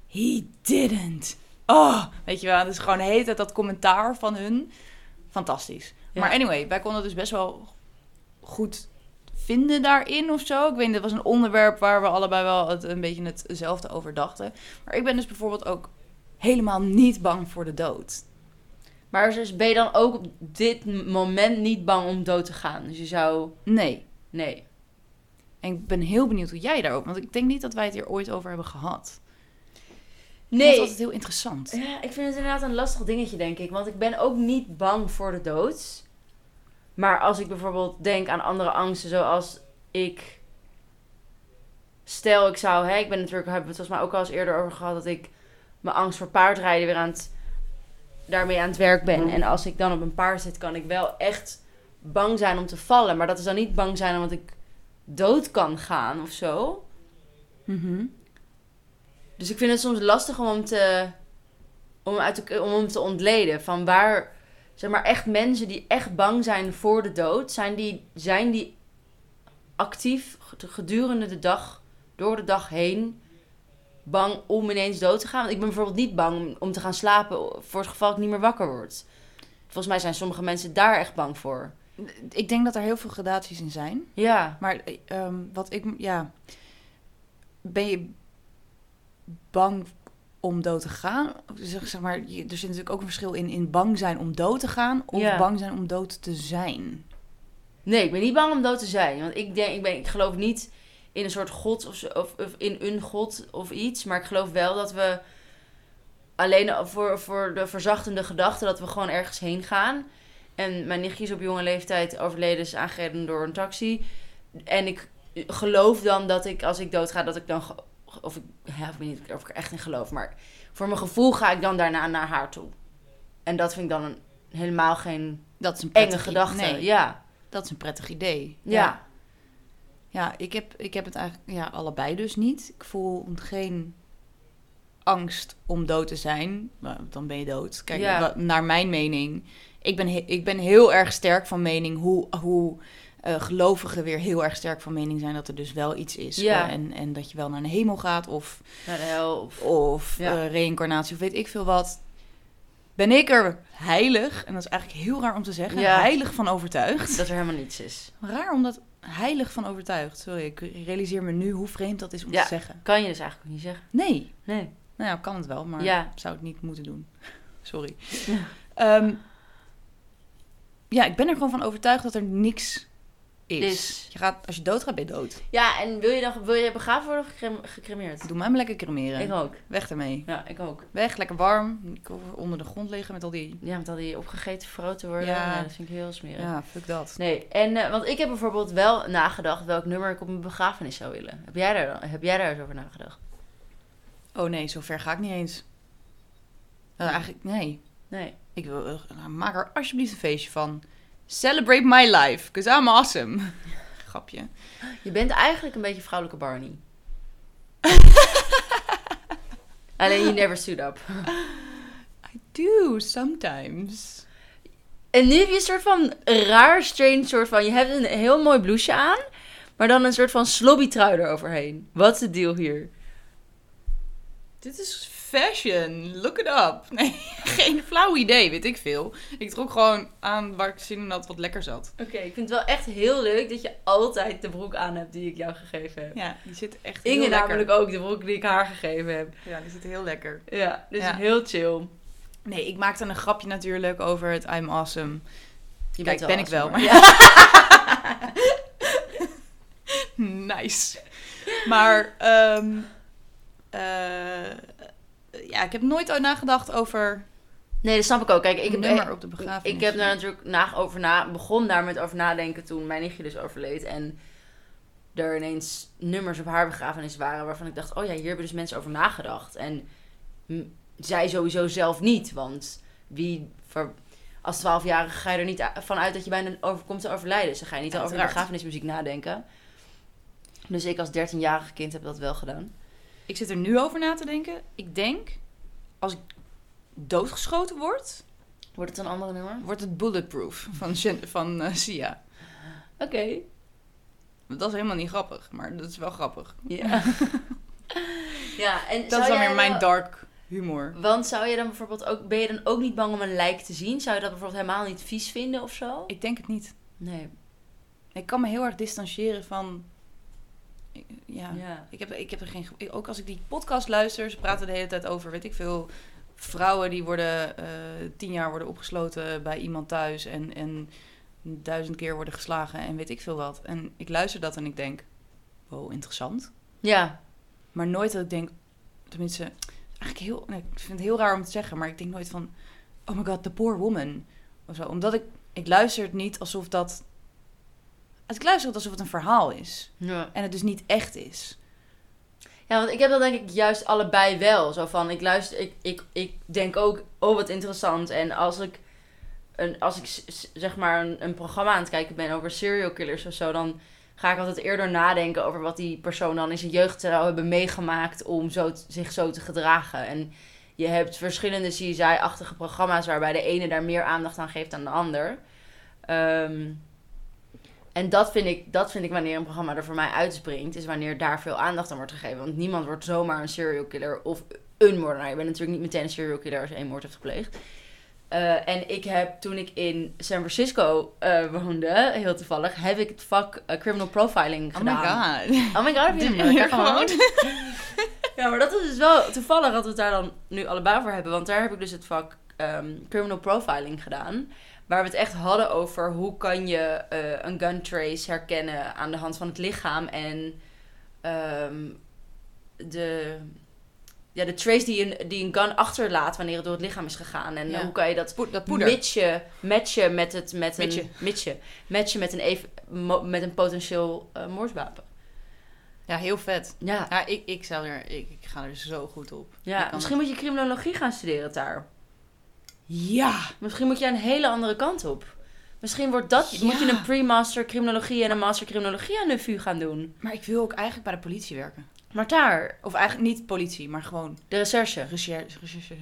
Speaker 1: he didn't. Oh, weet je wel. Het is gewoon de hele tijd dat commentaar van hun. Fantastisch.
Speaker 2: Ja.
Speaker 1: Maar anyway, wij konden dus best wel goed vinden daarin of zo. Ik weet niet, dat was een onderwerp waar we allebei wel het, een beetje hetzelfde over dachten. Maar ik ben dus bijvoorbeeld ook helemaal niet bang voor de dood.
Speaker 2: Maar dus ben je dan ook op dit moment niet bang om dood te gaan? Dus je zou...
Speaker 1: Nee.
Speaker 2: Nee.
Speaker 1: En ik ben heel benieuwd hoe jij daarover... Want ik denk niet dat wij het hier ooit over hebben gehad. Ik vond het altijd heel interessant.
Speaker 2: Ja, ik vind het inderdaad een lastig dingetje, denk ik. Want ik ben ook niet bang voor de dood. Maar als ik bijvoorbeeld denk aan andere angsten, zoals ik. Stel, ik zou. Hè, ik ben natuurlijk. Hebben we het volgens mij ook al eens eerder over gehad. Dat ik mijn angst voor paardrijden weer aan het. daarmee aan het werk ben. En als ik dan op een paard zit, kan ik wel echt bang zijn om te vallen. Maar dat is dan niet bang zijn omdat ik dood kan gaan of zo.
Speaker 1: Mhm.
Speaker 2: Dus ik vind het soms lastig om hem te, om uit te, om hem te ontleden. Van waar, zeg maar, echt mensen die echt bang zijn voor de dood, zijn die, zijn die actief gedurende de dag, door de dag heen, bang om ineens dood te gaan? Want ik ben bijvoorbeeld niet bang om, om te gaan slapen voor het geval ik niet meer wakker word. Volgens mij zijn sommige mensen daar echt bang voor.
Speaker 1: Ik denk dat er heel veel gradaties in zijn.
Speaker 2: Ja.
Speaker 1: Maar eh, ehm, wat ik... Ja. Ben je bang om dood te gaan? Zeg, zeg maar, je- er zit natuurlijk ook een verschil in, in bang zijn om dood te gaan... of
Speaker 2: Ja.
Speaker 1: bang zijn om dood te zijn.
Speaker 2: Nee, ik ben niet bang om dood te zijn. Want ik, denk, ik, ben, ik geloof niet in een soort god of, zo- of, of in een god of iets. Maar ik geloof wel dat we alleen al voor, voor de verzachtende gedachte dat we gewoon ergens heen gaan. En mijn nichtje is op jonge leeftijd overleden, is aangereden door een taxi. En ik geloof dan dat ik, als ik doodga, dat ik dan... ge- Of ik, ja, ik weet niet of ik er echt in geloof, maar voor mijn gevoel ga ik dan daarna naar haar toe. En dat vind ik dan een, helemaal geen
Speaker 1: Dat is een
Speaker 2: enge
Speaker 1: prettig i-
Speaker 2: gedachte.
Speaker 1: nee,
Speaker 2: Ja,
Speaker 1: dat is een prettig idee.
Speaker 2: ja.
Speaker 1: Ja, ik heb, ik heb het eigenlijk ja, allebei dus niet. Ik voel geen angst om dood te zijn. Maar Dan ben je dood. Kijk,
Speaker 2: Ja.
Speaker 1: wa- naar mijn mening. Ik ben, he- ik ben heel erg sterk van mening hoe, hoe eh, gelovigen weer heel erg sterk van mening zijn dat er dus wel iets is.
Speaker 2: Ja.
Speaker 1: eh, en, en dat je wel naar de hemel gaat of,
Speaker 2: Naar Nou, de hel. Of...
Speaker 1: of
Speaker 2: Ja.
Speaker 1: eh, reïncarnatie of weet ik veel wat. Ben ik er heilig, en dat is eigenlijk heel raar om te zeggen,
Speaker 2: Ja.
Speaker 1: heilig van overtuigd.
Speaker 2: Dat er helemaal niets is.
Speaker 1: Raar om dat heilig van overtuigd. Sorry, ik realiseer me nu hoe vreemd dat is om
Speaker 2: Ja.
Speaker 1: te zeggen.
Speaker 2: Kan je dus eigenlijk ook niet zeggen.
Speaker 1: Nee.
Speaker 2: Nee.
Speaker 1: Nou ja, kan het wel, maar
Speaker 2: Ja.
Speaker 1: zou het niet moeten doen. *laughs* Sorry.
Speaker 2: Ja.
Speaker 1: Ja. ja, ik ben er gewoon van overtuigd dat er niks is.
Speaker 2: Is.
Speaker 1: Je gaat, als je doodgaat, ben je dood.
Speaker 2: Ja, en wil je dan wil je begraven worden of gecrem- gecremeerd?
Speaker 1: Doe mij maar lekker cremeren.
Speaker 2: Ik ook.
Speaker 1: Weg ermee.
Speaker 2: Ja, ik ook.
Speaker 1: Weg, lekker warm. Ik wil onder de grond liggen met al die...
Speaker 2: Ja, want al die opgegeten vrouw te worden,
Speaker 1: Ja.
Speaker 2: ja. dat vind ik heel smerig.
Speaker 1: Ja, fuck dat.
Speaker 2: Nee, en, eh, want ik heb bijvoorbeeld wel nagedacht welk nummer ik op mijn begrafenis zou willen. Heb jij daar, dan- heb jij daar eens over nagedacht?
Speaker 1: Oh nee, zo ver ga ik niet eens. Nou, eigenlijk, nee.
Speaker 2: Nee.
Speaker 1: Ik wil, eh, maak er alsjeblieft een feestje van. Celebrate my life, because I'm awesome. *laughs* Grapje.
Speaker 2: Je bent eigenlijk een beetje vrouwelijke *laughs* Barney. Alleen you never stood up.
Speaker 1: I do sometimes.
Speaker 2: En nu heb je een soort van raar, strange soort van... Je hebt een heel mooi blouseje aan, maar dan een soort van slobby trui eroverheen. Wat is het deal hier?
Speaker 1: Dit is fashion, look it up. *laughs* Nee, geen flauw idee, weet ik veel. Ik trok gewoon aan waar ik zin in had wat lekker zat.
Speaker 2: Oké, ik vind het wel echt heel leuk dat je altijd de broek aan hebt die ik jou gegeven heb.
Speaker 1: Ja, die zit echt
Speaker 2: Inge
Speaker 1: heel lekker.
Speaker 2: namelijk ook de broek die ik haar gegeven heb.
Speaker 1: Ja, die zit heel lekker.
Speaker 2: Ja, dus
Speaker 1: Ja.
Speaker 2: heel chill.
Speaker 1: Nee, ik maakte een grapje natuurlijk over het I'm awesome. *laughs*
Speaker 2: Je
Speaker 1: Kijk,
Speaker 2: bent
Speaker 1: ben ik wel,
Speaker 2: awesome,
Speaker 1: maar- Nice. Maar ehm, eh, ja, ik heb nooit ooit nagedacht over
Speaker 2: *laughs* Nee, dat snap ik ook. Kijk, ik
Speaker 1: ik
Speaker 2: heb,
Speaker 1: nummer op de
Speaker 2: ik,
Speaker 1: begrafenis.
Speaker 2: ik heb daar natuurlijk na, over na, begon daar met over nadenken toen mijn nichtje dus overleed. En er ineens nummers op haar begrafenis waren waarvan ik dacht... Oh ja, hier hebben dus mensen over nagedacht. En m, zij sowieso zelf niet, want wie... ver- als twaalfjarige ga je er niet a- van uit dat je bijna over, komt te overlijden. Dus dan ga je niet over de
Speaker 1: Uiteraard.
Speaker 2: begrafenismuziek nadenken. Dus ik als 13-jarig kind heb dat wel gedaan.
Speaker 1: Ik zit er nu over na te denken. Ik denk, als ik doodgeschoten word,
Speaker 2: Wordt het een andere nummer?
Speaker 1: wordt het bulletproof van, Jen- van eh, Sia.
Speaker 2: Oké.
Speaker 1: Dat is helemaal niet grappig, maar dat is wel grappig.
Speaker 2: Ja. *laughs* ja, en
Speaker 1: Dat
Speaker 2: zou
Speaker 1: is dan
Speaker 2: jij
Speaker 1: weer mijn
Speaker 2: wel-
Speaker 1: dark humor.
Speaker 2: Want zou je dan bijvoorbeeld ook, ben je dan ook niet bang om een lijk te zien? Zou je dat bijvoorbeeld helemaal niet vies vinden of zo?
Speaker 1: Ik denk het niet.
Speaker 2: Nee.
Speaker 1: Ik kan me heel erg distancieren van... ik-
Speaker 2: Ja.
Speaker 1: Ja, Ik, heb, ik heb er geen... ge- Ook als ik die podcast luister, ze praten de hele tijd over, weet ik veel... Vrouwen die worden eh, tien jaar worden opgesloten bij iemand thuis en, en duizend keer worden geslagen en weet ik veel wat. En ik luister dat en ik denk, wow, interessant.
Speaker 2: Ja.
Speaker 1: Maar nooit dat ik denk, tenminste, eigenlijk heel, nee, ik vind het heel raar om te zeggen, maar ik denk nooit van, oh my god, the poor woman. Of zo. Omdat ik, ik luister het niet alsof dat, als ik luister het alsof het een verhaal is.
Speaker 2: ja.
Speaker 1: En het dus niet echt is.
Speaker 2: Ja, want ik heb dat denk ik juist allebei wel. Zo van, ik luister, ik, ik, ik denk ook, oh wat interessant. En als ik, een, als ik s- s- zeg maar een, een programma aan het kijken ben over serial killers of zo, dan ga ik altijd eerder nadenken over wat die persoon dan in zijn jeugd zou hebben meegemaakt om zo, t- zich zo te gedragen. En je hebt verschillende CSI-achtige programma's waarbij de ene daar meer aandacht aan geeft dan de ander. Ehm, en dat vind, ik, dat vind ik wanneer een programma er voor mij uitspringt, is wanneer daar veel aandacht aan wordt gegeven. Want niemand wordt zomaar een serial killer of een moordenaar. Je bent natuurlijk niet meteen een serial killer als je één moord hebt gepleegd. Eh, en ik heb toen ik in San Francisco eh, woonde, heel toevallig, heb ik het vak eh, criminal profiling gedaan.
Speaker 1: Oh my god.
Speaker 2: Oh my god, heb je
Speaker 1: Dit
Speaker 2: hem?
Speaker 1: hier
Speaker 2: Kijk gewoon.
Speaker 1: *laughs* gewoon.
Speaker 2: Ja, maar dat is dus wel toevallig dat we het daar dan nu allebei voor hebben. Want daar heb ik dus het vak ehm, criminal profiling gedaan. Waar we het echt hadden over hoe kan je eh, een gun trace herkennen aan de hand van het lichaam. En ehm, de, ja, de trace die een, die een gun achterlaat wanneer het door het lichaam is gegaan. En
Speaker 1: Ja.
Speaker 2: hoe kan je dat
Speaker 1: Poe- Dat poeder.
Speaker 2: matchen, matchen met het met een
Speaker 1: Mitje.
Speaker 2: mitje. matchen met een, even, mo- met een potentieel eh, moordwapen.
Speaker 1: Ja, heel vet.
Speaker 2: Ja,
Speaker 1: Ja, ik, ik, zou er, ik, ik ga er zo goed op. Ik
Speaker 2: Ja,
Speaker 1: kan
Speaker 2: misschien moet je criminologie gaan studeren daar.
Speaker 1: Ja.
Speaker 2: Misschien moet je een hele andere kant op. Misschien wordt dat,
Speaker 1: Ja.
Speaker 2: moet je een pre-master criminologie en een master criminologie aan de VU gaan doen.
Speaker 1: Maar ik wil ook eigenlijk bij de politie werken.
Speaker 2: Maar daar,
Speaker 1: Of eigenlijk niet politie, maar gewoon *laughs*
Speaker 2: de recherche.
Speaker 1: Recherche. recherche.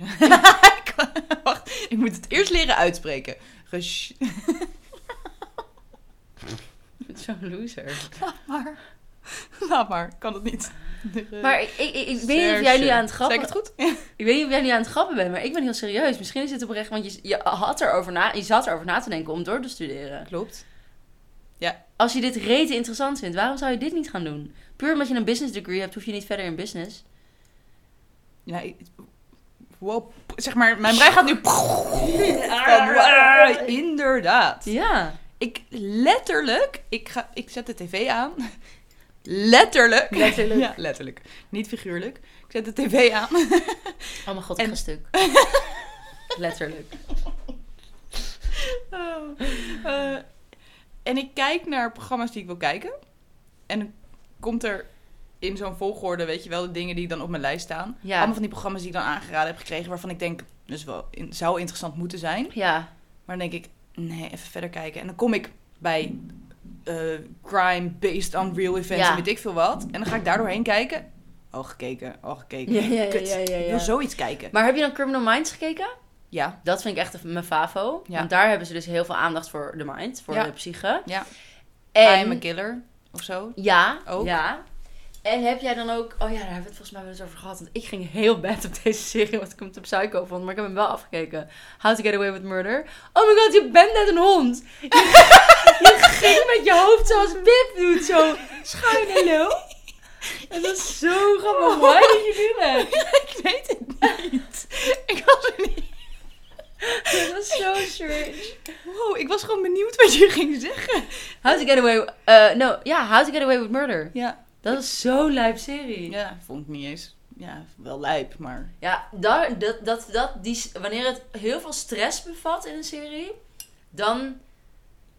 Speaker 1: Ik kan- Wacht, ik moet het eerst leren uitspreken. Recherche.
Speaker 2: *laughs* Zo'n loser.
Speaker 1: Laat maar. *laughs* Laat maar, kan het *laughs* niet.
Speaker 2: Maar ik, ik, ik, ik weet niet of jij nu aan het grappen...
Speaker 1: Eh, Zeg ik het goed?
Speaker 2: Ik weet niet of jij nu aan het grappen bent, maar ik ben heel serieus. Misschien is het oprecht, want je, je, had erover na, je zat erover na te denken om door te studeren.
Speaker 1: Klopt.
Speaker 2: Als je dit rete interessant vindt, waarom zou je dit niet gaan doen? Puur omdat je een business degree hebt, hoef je niet verder in business.
Speaker 1: Ja, ik- wow, zeg maar, mijn brein *laughs* gaat nu... Van, wow, inderdaad.
Speaker 2: Ja.
Speaker 1: Ik letterlijk, ik, ga, ik zet de tv aan. Letterlijk.
Speaker 2: Letterlijk.
Speaker 1: Ja, letterlijk. Niet figuurlijk. Ik zet de tv aan.
Speaker 2: Oh mijn god,
Speaker 1: En-
Speaker 2: ik ga
Speaker 1: *laughs*
Speaker 2: stuk. Letterlijk.
Speaker 1: Oh. Eh, en ik kijk naar programma's die ik wil kijken. En dan komt er in zo'n volgorde, weet je wel, de dingen die dan op mijn lijst staan.
Speaker 2: Ja.
Speaker 1: Allemaal van die programma's die ik dan aangeraden heb gekregen, waarvan ik denk, dus wel, in- zou interessant moeten zijn.
Speaker 2: Ja.
Speaker 1: Maar dan denk ik, nee, even verder kijken. En dan kom ik bij eh, crime based on real events
Speaker 2: Ja.
Speaker 1: en weet ik veel wat. En dan ga ik daar doorheen kijken. Al gekeken, al gekeken.
Speaker 2: Ja, ja, ja,
Speaker 1: Kut,
Speaker 2: ja, ja,
Speaker 1: Ik
Speaker 2: ja.
Speaker 1: wil zoiets kijken.
Speaker 2: Maar heb je dan Criminal Minds gekeken?
Speaker 1: Ja,
Speaker 2: Dat vind ik echt mijn favo.
Speaker 1: Ja.
Speaker 2: Want daar hebben ze dus heel veel aandacht voor de mind, voor
Speaker 1: Ja.
Speaker 2: de psyche.
Speaker 1: ja.
Speaker 2: En...
Speaker 1: I'm a killer of zo. *laughs*
Speaker 2: Ja,
Speaker 1: Ook.
Speaker 2: ja. En heb jij dan ook... Oh ja, daar hebben we het volgens mij wel eens over gehad. Want ik ging heel bad op deze serie, want ik hem te psycho vond. Maar ik heb hem wel afgekeken. How to Get Away with Murder. Oh my god, je bent net een hond. *laughs* Je, je ging met je hoofd zoals Pip doet. Zo schuin, hallo. En dat is zo grappig. Why did you do that?
Speaker 1: *laughs* ik weet het niet. Ik was er niet.
Speaker 2: Dat is zo strange.
Speaker 1: Wow, ik was gewoon benieuwd wat je ging zeggen.
Speaker 2: How to Get Away... eh, no, ja, How to Get Away with Murder.
Speaker 1: Ja.
Speaker 2: Dat is zo'n lijp serie.
Speaker 1: Ja, vond ik niet eens. Ja, wel lijp, maar...
Speaker 2: Ja, daar, dat, dat, dat, die, wanneer het heel veel stress bevat in een serie, dan.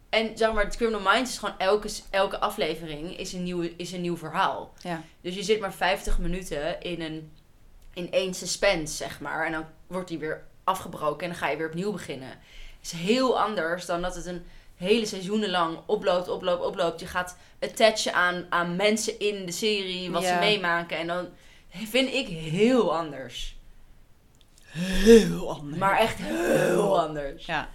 Speaker 2: En zeg maar, het Criminal Minds is gewoon elke, elke aflevering is een, nieuwe, is een nieuw verhaal.
Speaker 1: Ja.
Speaker 2: Dus je zit maar 50 minuten in, een, in één suspense, zeg maar. En dan wordt die weer afgebroken en dan ga je weer opnieuw beginnen. Het is heel anders dan dat het een hele seizoenen lang oploopt, oploopt, oploopt. Je gaat attachen aan, aan mensen in de serie, wat ze
Speaker 1: Ja.
Speaker 2: meemaken. En dan vind ik heel anders.
Speaker 1: Heel anders.
Speaker 2: Maar echt heel anders.
Speaker 1: Ja.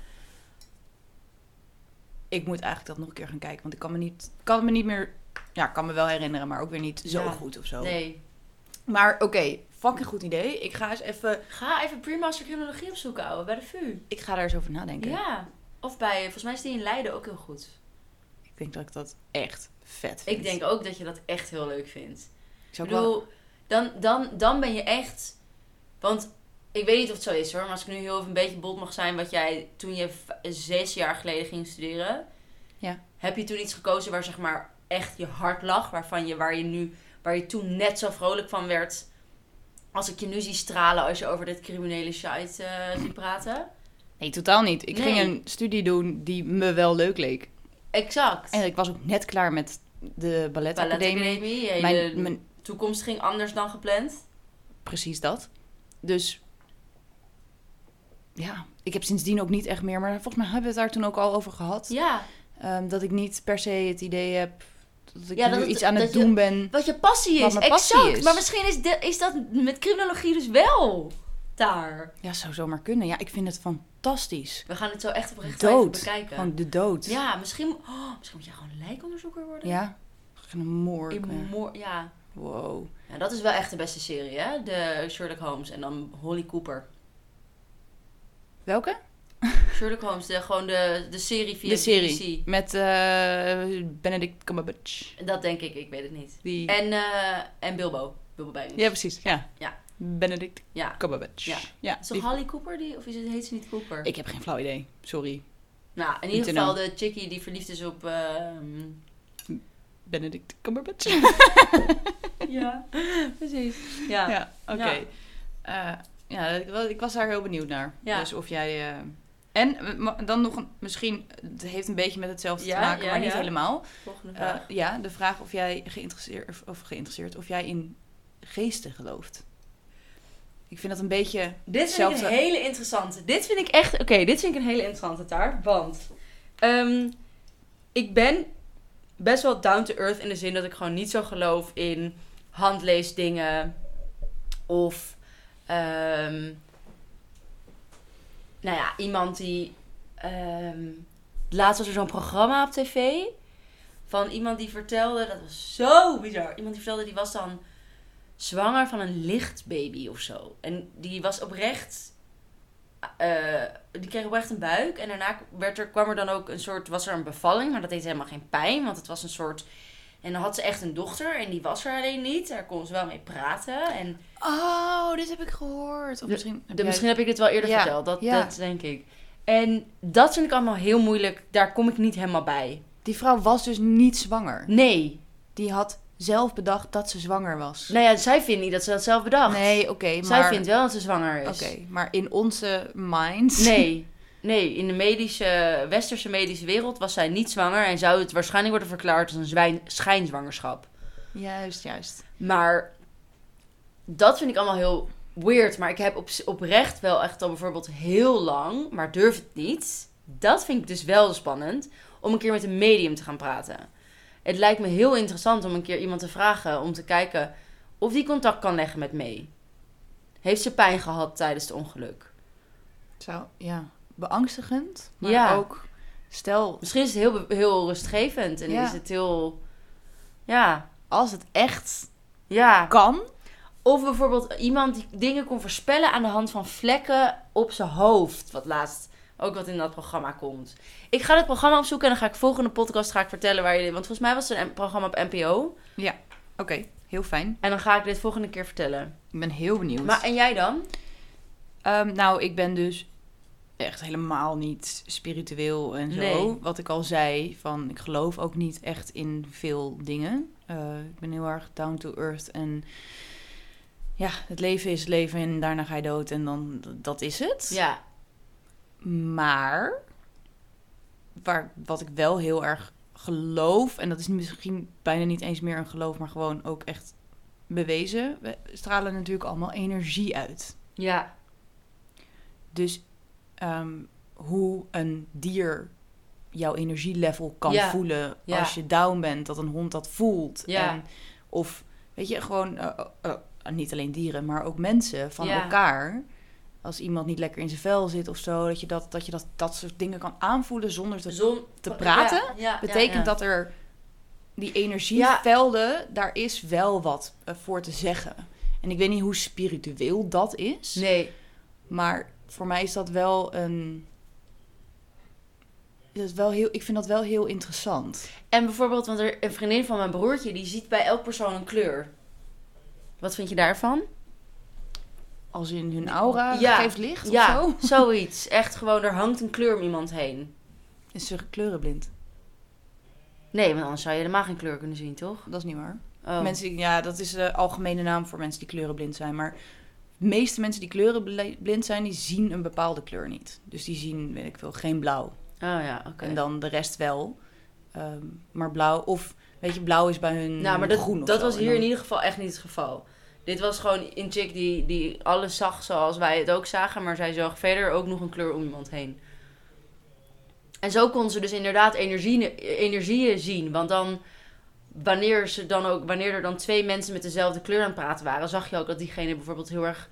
Speaker 1: Ik moet eigenlijk dat nog een keer gaan kijken, want ik kan me niet, kan me niet meer... Ja, ik kan me wel herinneren, maar ook weer niet zo
Speaker 2: Ja.
Speaker 1: goed of zo.
Speaker 2: Nee.
Speaker 1: Maar oké, fucking goed idee. Ik ga eens even...
Speaker 2: Ga even pre-master criminologie opzoeken, ouwe, bij de VU.
Speaker 1: Ik ga daar eens over nadenken.
Speaker 2: Ja. Of bij, eh, volgens mij is die in Leiden ook heel goed.
Speaker 1: Ik denk dat ik dat echt vet vind.
Speaker 2: Ik denk ook dat je dat echt heel leuk vindt.
Speaker 1: Ik zou
Speaker 2: Ik
Speaker 1: ook wel...
Speaker 2: bedoel, dan, dan, dan ben je echt. Want ik weet niet of het zo is hoor, maar als ik nu heel even een beetje bot mag zijn, wat jij toen je v- zes jaar geleden ging studeren,
Speaker 1: Ja.
Speaker 2: heb je toen iets gekozen waar zeg maar echt je hart lag, waarvan je, waar je nu, waar je toen net zo vrolijk van werd. Als ik je nu zie stralen als je over dit criminele shit eh ziet praten.
Speaker 1: Nee, totaal niet. Ik
Speaker 2: Nee.
Speaker 1: ging een studie doen die me wel leuk leek.
Speaker 2: Exact.
Speaker 1: En ik was ook net klaar met de balletacademie.
Speaker 2: Balletacademie, je hele
Speaker 1: Mijn, mijn,
Speaker 2: toekomst ging anders dan gepland.
Speaker 1: precies dat. Dus ja, ik heb sindsdien ook niet echt meer... Maar volgens mij hebben we het daar toen ook al over gehad.
Speaker 2: Ja.
Speaker 1: Ehm, dat ik niet per se het idee heb dat ik
Speaker 2: Ja,
Speaker 1: nu
Speaker 2: dat het-
Speaker 1: iets aan het
Speaker 2: dat je-
Speaker 1: doen ben.
Speaker 2: Wat je passie
Speaker 1: Wat
Speaker 2: is,
Speaker 1: mijn passie
Speaker 2: exact.
Speaker 1: is.
Speaker 2: Maar misschien is, de- is dat met criminologie dus wel daar.
Speaker 1: Ja, zou zomaar kunnen. Ja, ik vind het fantastisch.
Speaker 2: We gaan het zo echt oprecht wel even
Speaker 1: Dood.
Speaker 2: bekijken.
Speaker 1: Gewoon de dood.
Speaker 2: Ja, misschien, oh, misschien moet jij gewoon lijkonderzoeker worden.
Speaker 1: Ja. Gewoon een moord.
Speaker 2: Ik
Speaker 1: Ja.
Speaker 2: moor- ja.
Speaker 1: Wow.
Speaker 2: Ja, dat is wel echt de beste serie, hè? De Sherlock Holmes en dan Holly Cooper.
Speaker 1: Welke?
Speaker 2: Sherlock Holmes, de, gewoon de, de serie via
Speaker 1: de serie.
Speaker 2: BBC.
Speaker 1: Met eh, Benedict Cumberbatch.
Speaker 2: Dat denk ik, ik weet het niet.
Speaker 1: Die...
Speaker 2: En, eh, en Bilbo. Bilbo Baggins.
Speaker 1: Ja, precies. Ja.
Speaker 2: Ja.
Speaker 1: Benedict
Speaker 2: Ja.
Speaker 1: Cumberbatch.
Speaker 2: Ja.
Speaker 1: ja
Speaker 2: Is
Speaker 1: die-
Speaker 2: toch Holly Cooper die? Of is het, heet ze niet Cooper?
Speaker 1: Ik heb geen flauw idee. Sorry.
Speaker 2: Nou, in
Speaker 1: Niet
Speaker 2: ieder
Speaker 1: te
Speaker 2: geval de chickie die verliefd is op... ehm,
Speaker 1: Benedict
Speaker 2: *laughs*
Speaker 1: Cumberbatch.
Speaker 2: ja, *laughs* precies. Ja.
Speaker 1: ja, oké.
Speaker 2: Ja.
Speaker 1: Eh, ja, ik, was, ik was daar heel benieuwd naar.
Speaker 2: Ja.
Speaker 1: Dus of jij... eh, En eh, ma- dan nog een, misschien, het heeft een beetje met hetzelfde
Speaker 2: Ja,
Speaker 1: te maken,
Speaker 2: ja,
Speaker 1: maar niet
Speaker 2: ja.
Speaker 1: helemaal.
Speaker 2: Volgende
Speaker 1: Eh, ja, de vraag of jij geïnteresseerd of, of geïnteresseerd of jij in geesten gelooft. Ik vind dat een beetje
Speaker 2: dit vind ik
Speaker 1: hetzelfde.
Speaker 2: een hele interessante. Dit vind ik echt... Oké, dit vind ik een hele interessante taart. Want ehm, ik ben best wel down to earth in de zin dat ik gewoon niet zo geloof in handleesdingen. Of... ehm, nou ja, iemand die... ehm, laatst was er zo'n programma op tv. Van iemand die vertelde... Dat was zo bizar. Iemand die vertelde, die was dan... zwanger van een lichtbaby of zo. En die was oprecht. eh, die kreeg oprecht een buik. En daarna werd er, kwam er dan ook een soort. Was er een bevalling, maar dat deed helemaal geen pijn. Want het was een soort. En dan had ze echt een dochter en die was er alleen niet. Daar kon ze wel mee praten. En
Speaker 1: Oh, dit heb ik gehoord. Of
Speaker 2: De-
Speaker 1: misschien, heb
Speaker 2: de,
Speaker 1: jij-
Speaker 2: misschien heb ik dit wel eerder
Speaker 1: Ja,
Speaker 2: verteld. Dat,
Speaker 1: ja.
Speaker 2: dat denk ik. En dat vind ik allemaal heel moeilijk. Daar kom ik niet helemaal bij.
Speaker 1: Die vrouw was dus niet zwanger.
Speaker 2: Nee.
Speaker 1: Die had zelf bedacht dat ze zwanger was.
Speaker 2: Nou ja, zij vindt niet dat ze dat zelf bedacht.
Speaker 1: Nee, oké, maar...
Speaker 2: Zij vindt wel dat ze zwanger is.
Speaker 1: Oké, maar in onze minds...
Speaker 2: Nee, nee. In de medische, westerse medische wereld was zij niet zwanger en zou het waarschijnlijk worden verklaard als een zwijn, schijnzwangerschap.
Speaker 1: Juist, juist.
Speaker 2: Maar dat vind ik allemaal heel weird. Maar ik heb op, oprecht wel echt al bijvoorbeeld heel lang, maar durf het niet. Dat vind ik dus wel spannend om een keer met een medium te gaan praten. Het lijkt me heel interessant om een keer iemand te vragen om te kijken of die contact kan leggen met mee. Heeft ze pijn gehad tijdens het ongeluk?
Speaker 1: Zou, ja, beangstigend, maar
Speaker 2: Ja.
Speaker 1: ook... Stel,
Speaker 2: Misschien is het heel, heel rustgevend en
Speaker 1: Ja.
Speaker 2: is het heel. Ja,
Speaker 1: als het echt
Speaker 2: ja.
Speaker 1: kan...
Speaker 2: Of bijvoorbeeld iemand die dingen kon voorspellen aan de hand van vlekken op zijn hoofd. Wat laatst ook wat in dat programma komt. Ik ga dit programma opzoeken en dan ga ik volgende podcast ga ik vertellen waar jullie. Want volgens mij was het een programma op NPO.
Speaker 1: Oké, heel fijn.
Speaker 2: En dan ga ik dit volgende keer vertellen.
Speaker 1: Ik ben heel benieuwd.
Speaker 2: Maar en jij dan?
Speaker 1: Ehm, nou, ik ben dus echt helemaal niet spiritueel en zo.
Speaker 2: Nee.
Speaker 1: Wat ik al zei, van ik geloof ook niet echt in veel dingen. Eh, ik ben heel erg down to earth en ja, het leven is leven en daarna ga je dood en dan dat is het.
Speaker 2: Ja,
Speaker 1: Maar waar, wat ik wel heel erg geloof, en dat is misschien bijna niet eens meer een geloof, maar gewoon ook echt bewezen. We stralen natuurlijk allemaal energie uit.
Speaker 2: ja,
Speaker 1: Dus ehm, hoe een dier jouw energielevel kan
Speaker 2: Ja.
Speaker 1: voelen
Speaker 2: Ja.
Speaker 1: als je down bent. Dat een hond dat voelt.
Speaker 2: Ja.
Speaker 1: En, of weet je, gewoon eh, eh, eh, niet alleen dieren, maar ook mensen van
Speaker 2: Ja.
Speaker 1: elkaar. Als iemand niet lekker in zijn vel zit of zo, dat je dat, dat, je dat, dat soort dingen kan aanvoelen zonder te
Speaker 2: Zon
Speaker 1: te praten
Speaker 2: Ja, ja,
Speaker 1: Betekent
Speaker 2: ja.
Speaker 1: dat er die energievelden, daar is wel wat eh, voor te zeggen. En ik weet niet hoe spiritueel dat is,
Speaker 2: Nee.
Speaker 1: maar voor mij is dat wel een. Dat is wel heel, ik vind dat wel heel interessant.
Speaker 2: En bijvoorbeeld, want er, een vriendin van mijn broertje, die ziet bij elk persoon een kleur. Wat vind je daarvan?
Speaker 1: Als in hun aura
Speaker 2: Ja,
Speaker 1: geeft licht
Speaker 2: ja,
Speaker 1: of zo.
Speaker 2: zoiets. Echt gewoon, er hangt een kleur om iemand heen.
Speaker 1: Is ze kleurenblind?
Speaker 2: Nee, want anders zou je helemaal geen kleur kunnen zien, toch?
Speaker 1: Dat is niet waar.
Speaker 2: Oh.
Speaker 1: Mensen, die- ja, dat is de algemene naam voor mensen die kleurenblind zijn. Maar de meeste mensen die kleurenblind zijn, die zien een bepaalde kleur niet. Dus die zien, weet ik veel, geen blauw.
Speaker 2: Oh ja, oké.
Speaker 1: En dan de rest wel. Ehm, maar blauw, of weet je, blauw is bij hun
Speaker 2: Nou, maar dat,
Speaker 1: groen of
Speaker 2: dat
Speaker 1: zo.
Speaker 2: was
Speaker 1: En
Speaker 2: hier
Speaker 1: dan-
Speaker 2: in ieder geval echt niet het geval. Dit was gewoon een chick die, die alles zag zoals wij het ook zagen, maar zij zag verder ook nog een kleur om iemand heen. En zo kon ze dus inderdaad energie, energieën zien. Want dan, wanneer, ze dan ook, wanneer er dan twee mensen met dezelfde kleur aan het praten waren, zag je ook dat diegene bijvoorbeeld heel erg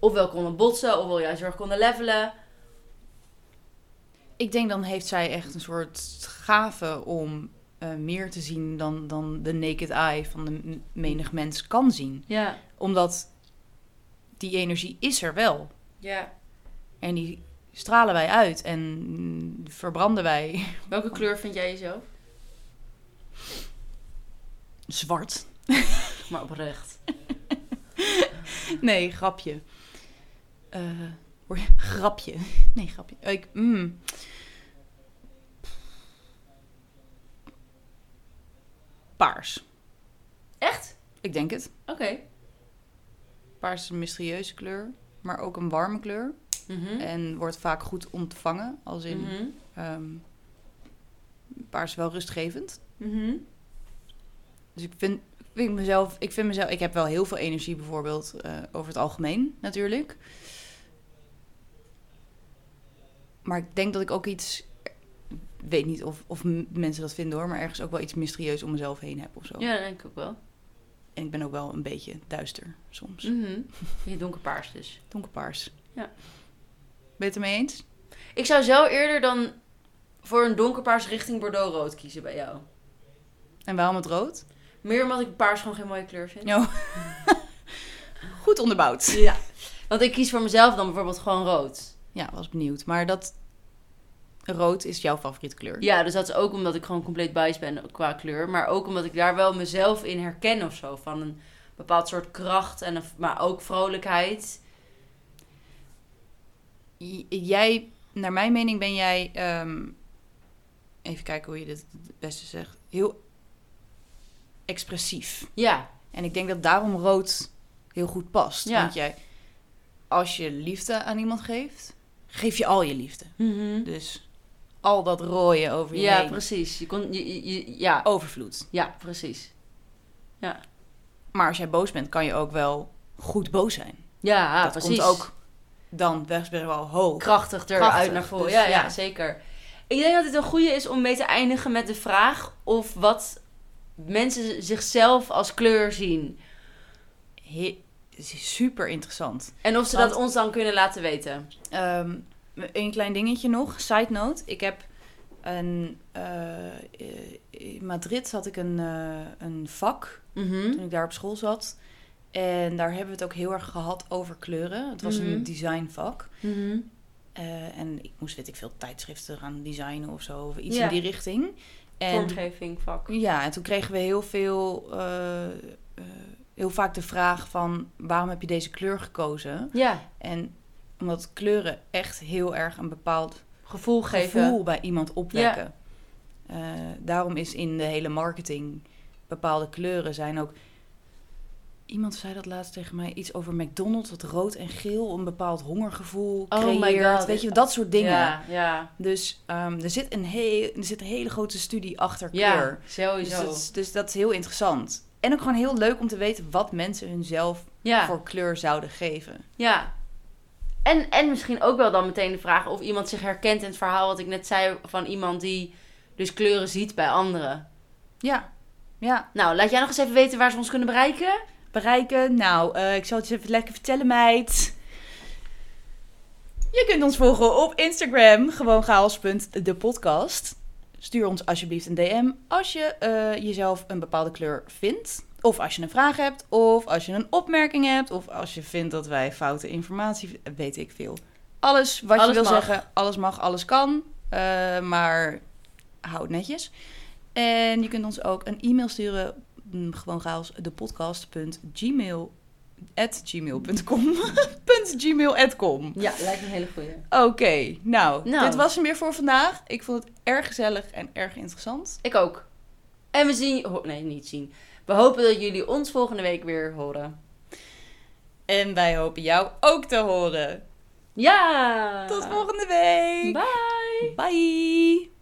Speaker 2: ofwel konden botsen, ofwel juist heel erg konden levelen.
Speaker 1: Ik denk dan heeft zij echt een soort gave om eh, meer te zien dan, dan de naked eye van de m- menig mens kan zien.
Speaker 2: Ja,
Speaker 1: Omdat die energie is er wel.
Speaker 2: ja.
Speaker 1: En die stralen wij uit en verbranden wij *laughs*
Speaker 2: Welke kleur vind jij jezelf?
Speaker 1: zwart.
Speaker 2: Maar oprecht.
Speaker 1: Nee, grapje. Eh, hoor je? grapje. *laughs* Nee, grapje. Ik, mm. Paars.
Speaker 2: Echt?
Speaker 1: Ik denk het.
Speaker 2: Oké.
Speaker 1: Paars is een mysterieuze kleur, maar ook een warme kleur.
Speaker 2: Mhm.
Speaker 1: En wordt vaak goed ontvangen, als in
Speaker 2: Mhm.
Speaker 1: ehm, paars is wel rustgevend.
Speaker 2: Mhm.
Speaker 1: Dus ik vind, ik vind mezelf, ik vind mezelf, ik heb wel heel veel energie bijvoorbeeld eh, over het algemeen natuurlijk. Maar ik denk dat ik ook iets, ik weet niet of, of m- mensen dat vinden hoor, maar ergens ook wel iets mysterieus om mezelf heen heb of zo.
Speaker 2: Ja, dat denk ik ook wel.
Speaker 1: En ik ben ook wel een beetje duister soms.
Speaker 2: Mhm. *laughs* Je donkerpaars dus.
Speaker 1: Donkerpaars.
Speaker 2: Hm. Ja.
Speaker 1: Ben je het ermee eens?
Speaker 2: Ik zou zelf eerder dan voor een donkerpaars richting Bordeaux-rood kiezen bij jou.
Speaker 1: En waarom het rood?
Speaker 2: Meer omdat ik paars gewoon geen mooie kleur vind.
Speaker 1: Ja. Goed onderbouwd.
Speaker 2: Ja. Want ik kies voor mezelf dan bijvoorbeeld gewoon rood.
Speaker 1: Ja, was benieuwd. Maar dat rood is jouw favoriete kleur.
Speaker 2: Ja, dus dat is ook omdat ik gewoon compleet biased ben qua kleur. Maar ook omdat ik daar wel mezelf in herken of zo. Van een bepaald soort kracht, en een, maar ook vrolijkheid.
Speaker 1: J- jij, naar mijn mening, ben jij. ehm, even kijken hoe je dit het beste zegt. Heel expressief.
Speaker 2: Ja,
Speaker 1: En ik denk dat daarom rood heel goed past.
Speaker 2: Ja.
Speaker 1: Want jij, als je liefde aan iemand geeft, geef je al je liefde.
Speaker 2: Mhm.
Speaker 1: Dus al dat rooien over je
Speaker 2: ja
Speaker 1: heen.
Speaker 2: precies. Je kon, je, je- je- ja.
Speaker 1: Overvloed.
Speaker 2: ja, precies.
Speaker 1: Maar als jij boos bent, kan je ook wel goed boos zijn.
Speaker 2: Ja,
Speaker 1: dat
Speaker 2: Ah, precies.
Speaker 1: komt ook dan best best wel hoog.
Speaker 2: krachtig eruit
Speaker 1: Krachtig,
Speaker 2: naar voren.
Speaker 1: dus
Speaker 2: ja, ja,
Speaker 1: ja.
Speaker 2: zeker. Ik denk dat het een goede is om mee te eindigen met de vraag of wat mensen zichzelf als kleur zien.
Speaker 1: He- super interessant.
Speaker 2: En of ze
Speaker 1: Want-
Speaker 2: dat ons dan kunnen laten weten.
Speaker 1: Ehm, een klein dingetje nog, side note. Ik heb een, eh, eh, in Madrid had ik een, eh, een vak toen ik daar op school zat. En daar hebben we het ook heel erg gehad over kleuren. Het was
Speaker 2: Mhm.
Speaker 1: een designvak. Eh, en ik moest, weet ik veel, tijdschriften gaan designen of zo. Of iets
Speaker 2: Ja.
Speaker 1: in die richting. En
Speaker 2: Vormgeving, vak.
Speaker 1: Ja, en toen kregen we heel veel, eh, eh, heel vaak de vraag van waarom heb je deze kleur gekozen?
Speaker 2: Ja,
Speaker 1: En omdat kleuren echt heel erg een bepaald
Speaker 2: gevoel geven.
Speaker 1: gevoel bij iemand opwekken. Eh, daarom is in de hele marketing bepaalde kleuren zijn ook. Iemand zei dat laatst tegen mij iets over McDonald's, dat rood en geel een bepaald hongergevoel
Speaker 2: Oh my
Speaker 1: creëert.
Speaker 2: God.
Speaker 1: Weet je, dat soort dingen.
Speaker 2: Ja, ja.
Speaker 1: Dus ehm, er, zit een heel, er zit een hele grote studie achter kleur.
Speaker 2: ja
Speaker 1: Dus
Speaker 2: sowieso.
Speaker 1: dat, is, dus dat is heel interessant. En ook gewoon heel leuk om te weten wat mensen hunzelf
Speaker 2: ja.
Speaker 1: voor kleur zouden geven.
Speaker 2: Ja. En, en misschien ook wel dan meteen de vraag of iemand zich herkent in het verhaal wat ik net zei van iemand die dus kleuren ziet bij anderen.
Speaker 1: Ja. Ja.
Speaker 2: Nou, laat jij nog eens even weten waar ze ons kunnen bereiken.
Speaker 1: Bereiken. Nou, eh, ik zal het je even lekker vertellen, meid. Je kunt ons volgen op Instagram. Gewoon chaos.depodcast. Stuur ons alsjeblieft een DM als je eh, jezelf een bepaalde kleur vindt. Of als je een vraag hebt. Of als je een opmerking hebt. Of als je vindt dat wij foute informatie... Weet ik veel. Alles wat je
Speaker 2: Alles
Speaker 1: wil
Speaker 2: mag.
Speaker 1: zeggen. Alles mag, alles kan. Eh, maar hou het netjes. En je kunt ons ook een e-mail sturen. mm, Gewoon chaos, de podcast.gmail. At gmail.com. *laughs* Punt gmail.com.
Speaker 2: Ja, lijkt me een hele goeie.
Speaker 1: Oké, nou,
Speaker 2: Nou.
Speaker 1: dit was hem weer voor vandaag. Ik vond het erg gezellig en erg interessant.
Speaker 2: Ik ook. En we zien... ho- nee, niet zien. We hopen dat jullie ons volgende week weer horen.
Speaker 1: En wij hopen jou ook te horen.
Speaker 2: Ja!
Speaker 1: Tot volgende week.
Speaker 2: Ah. Bye!
Speaker 1: Bye.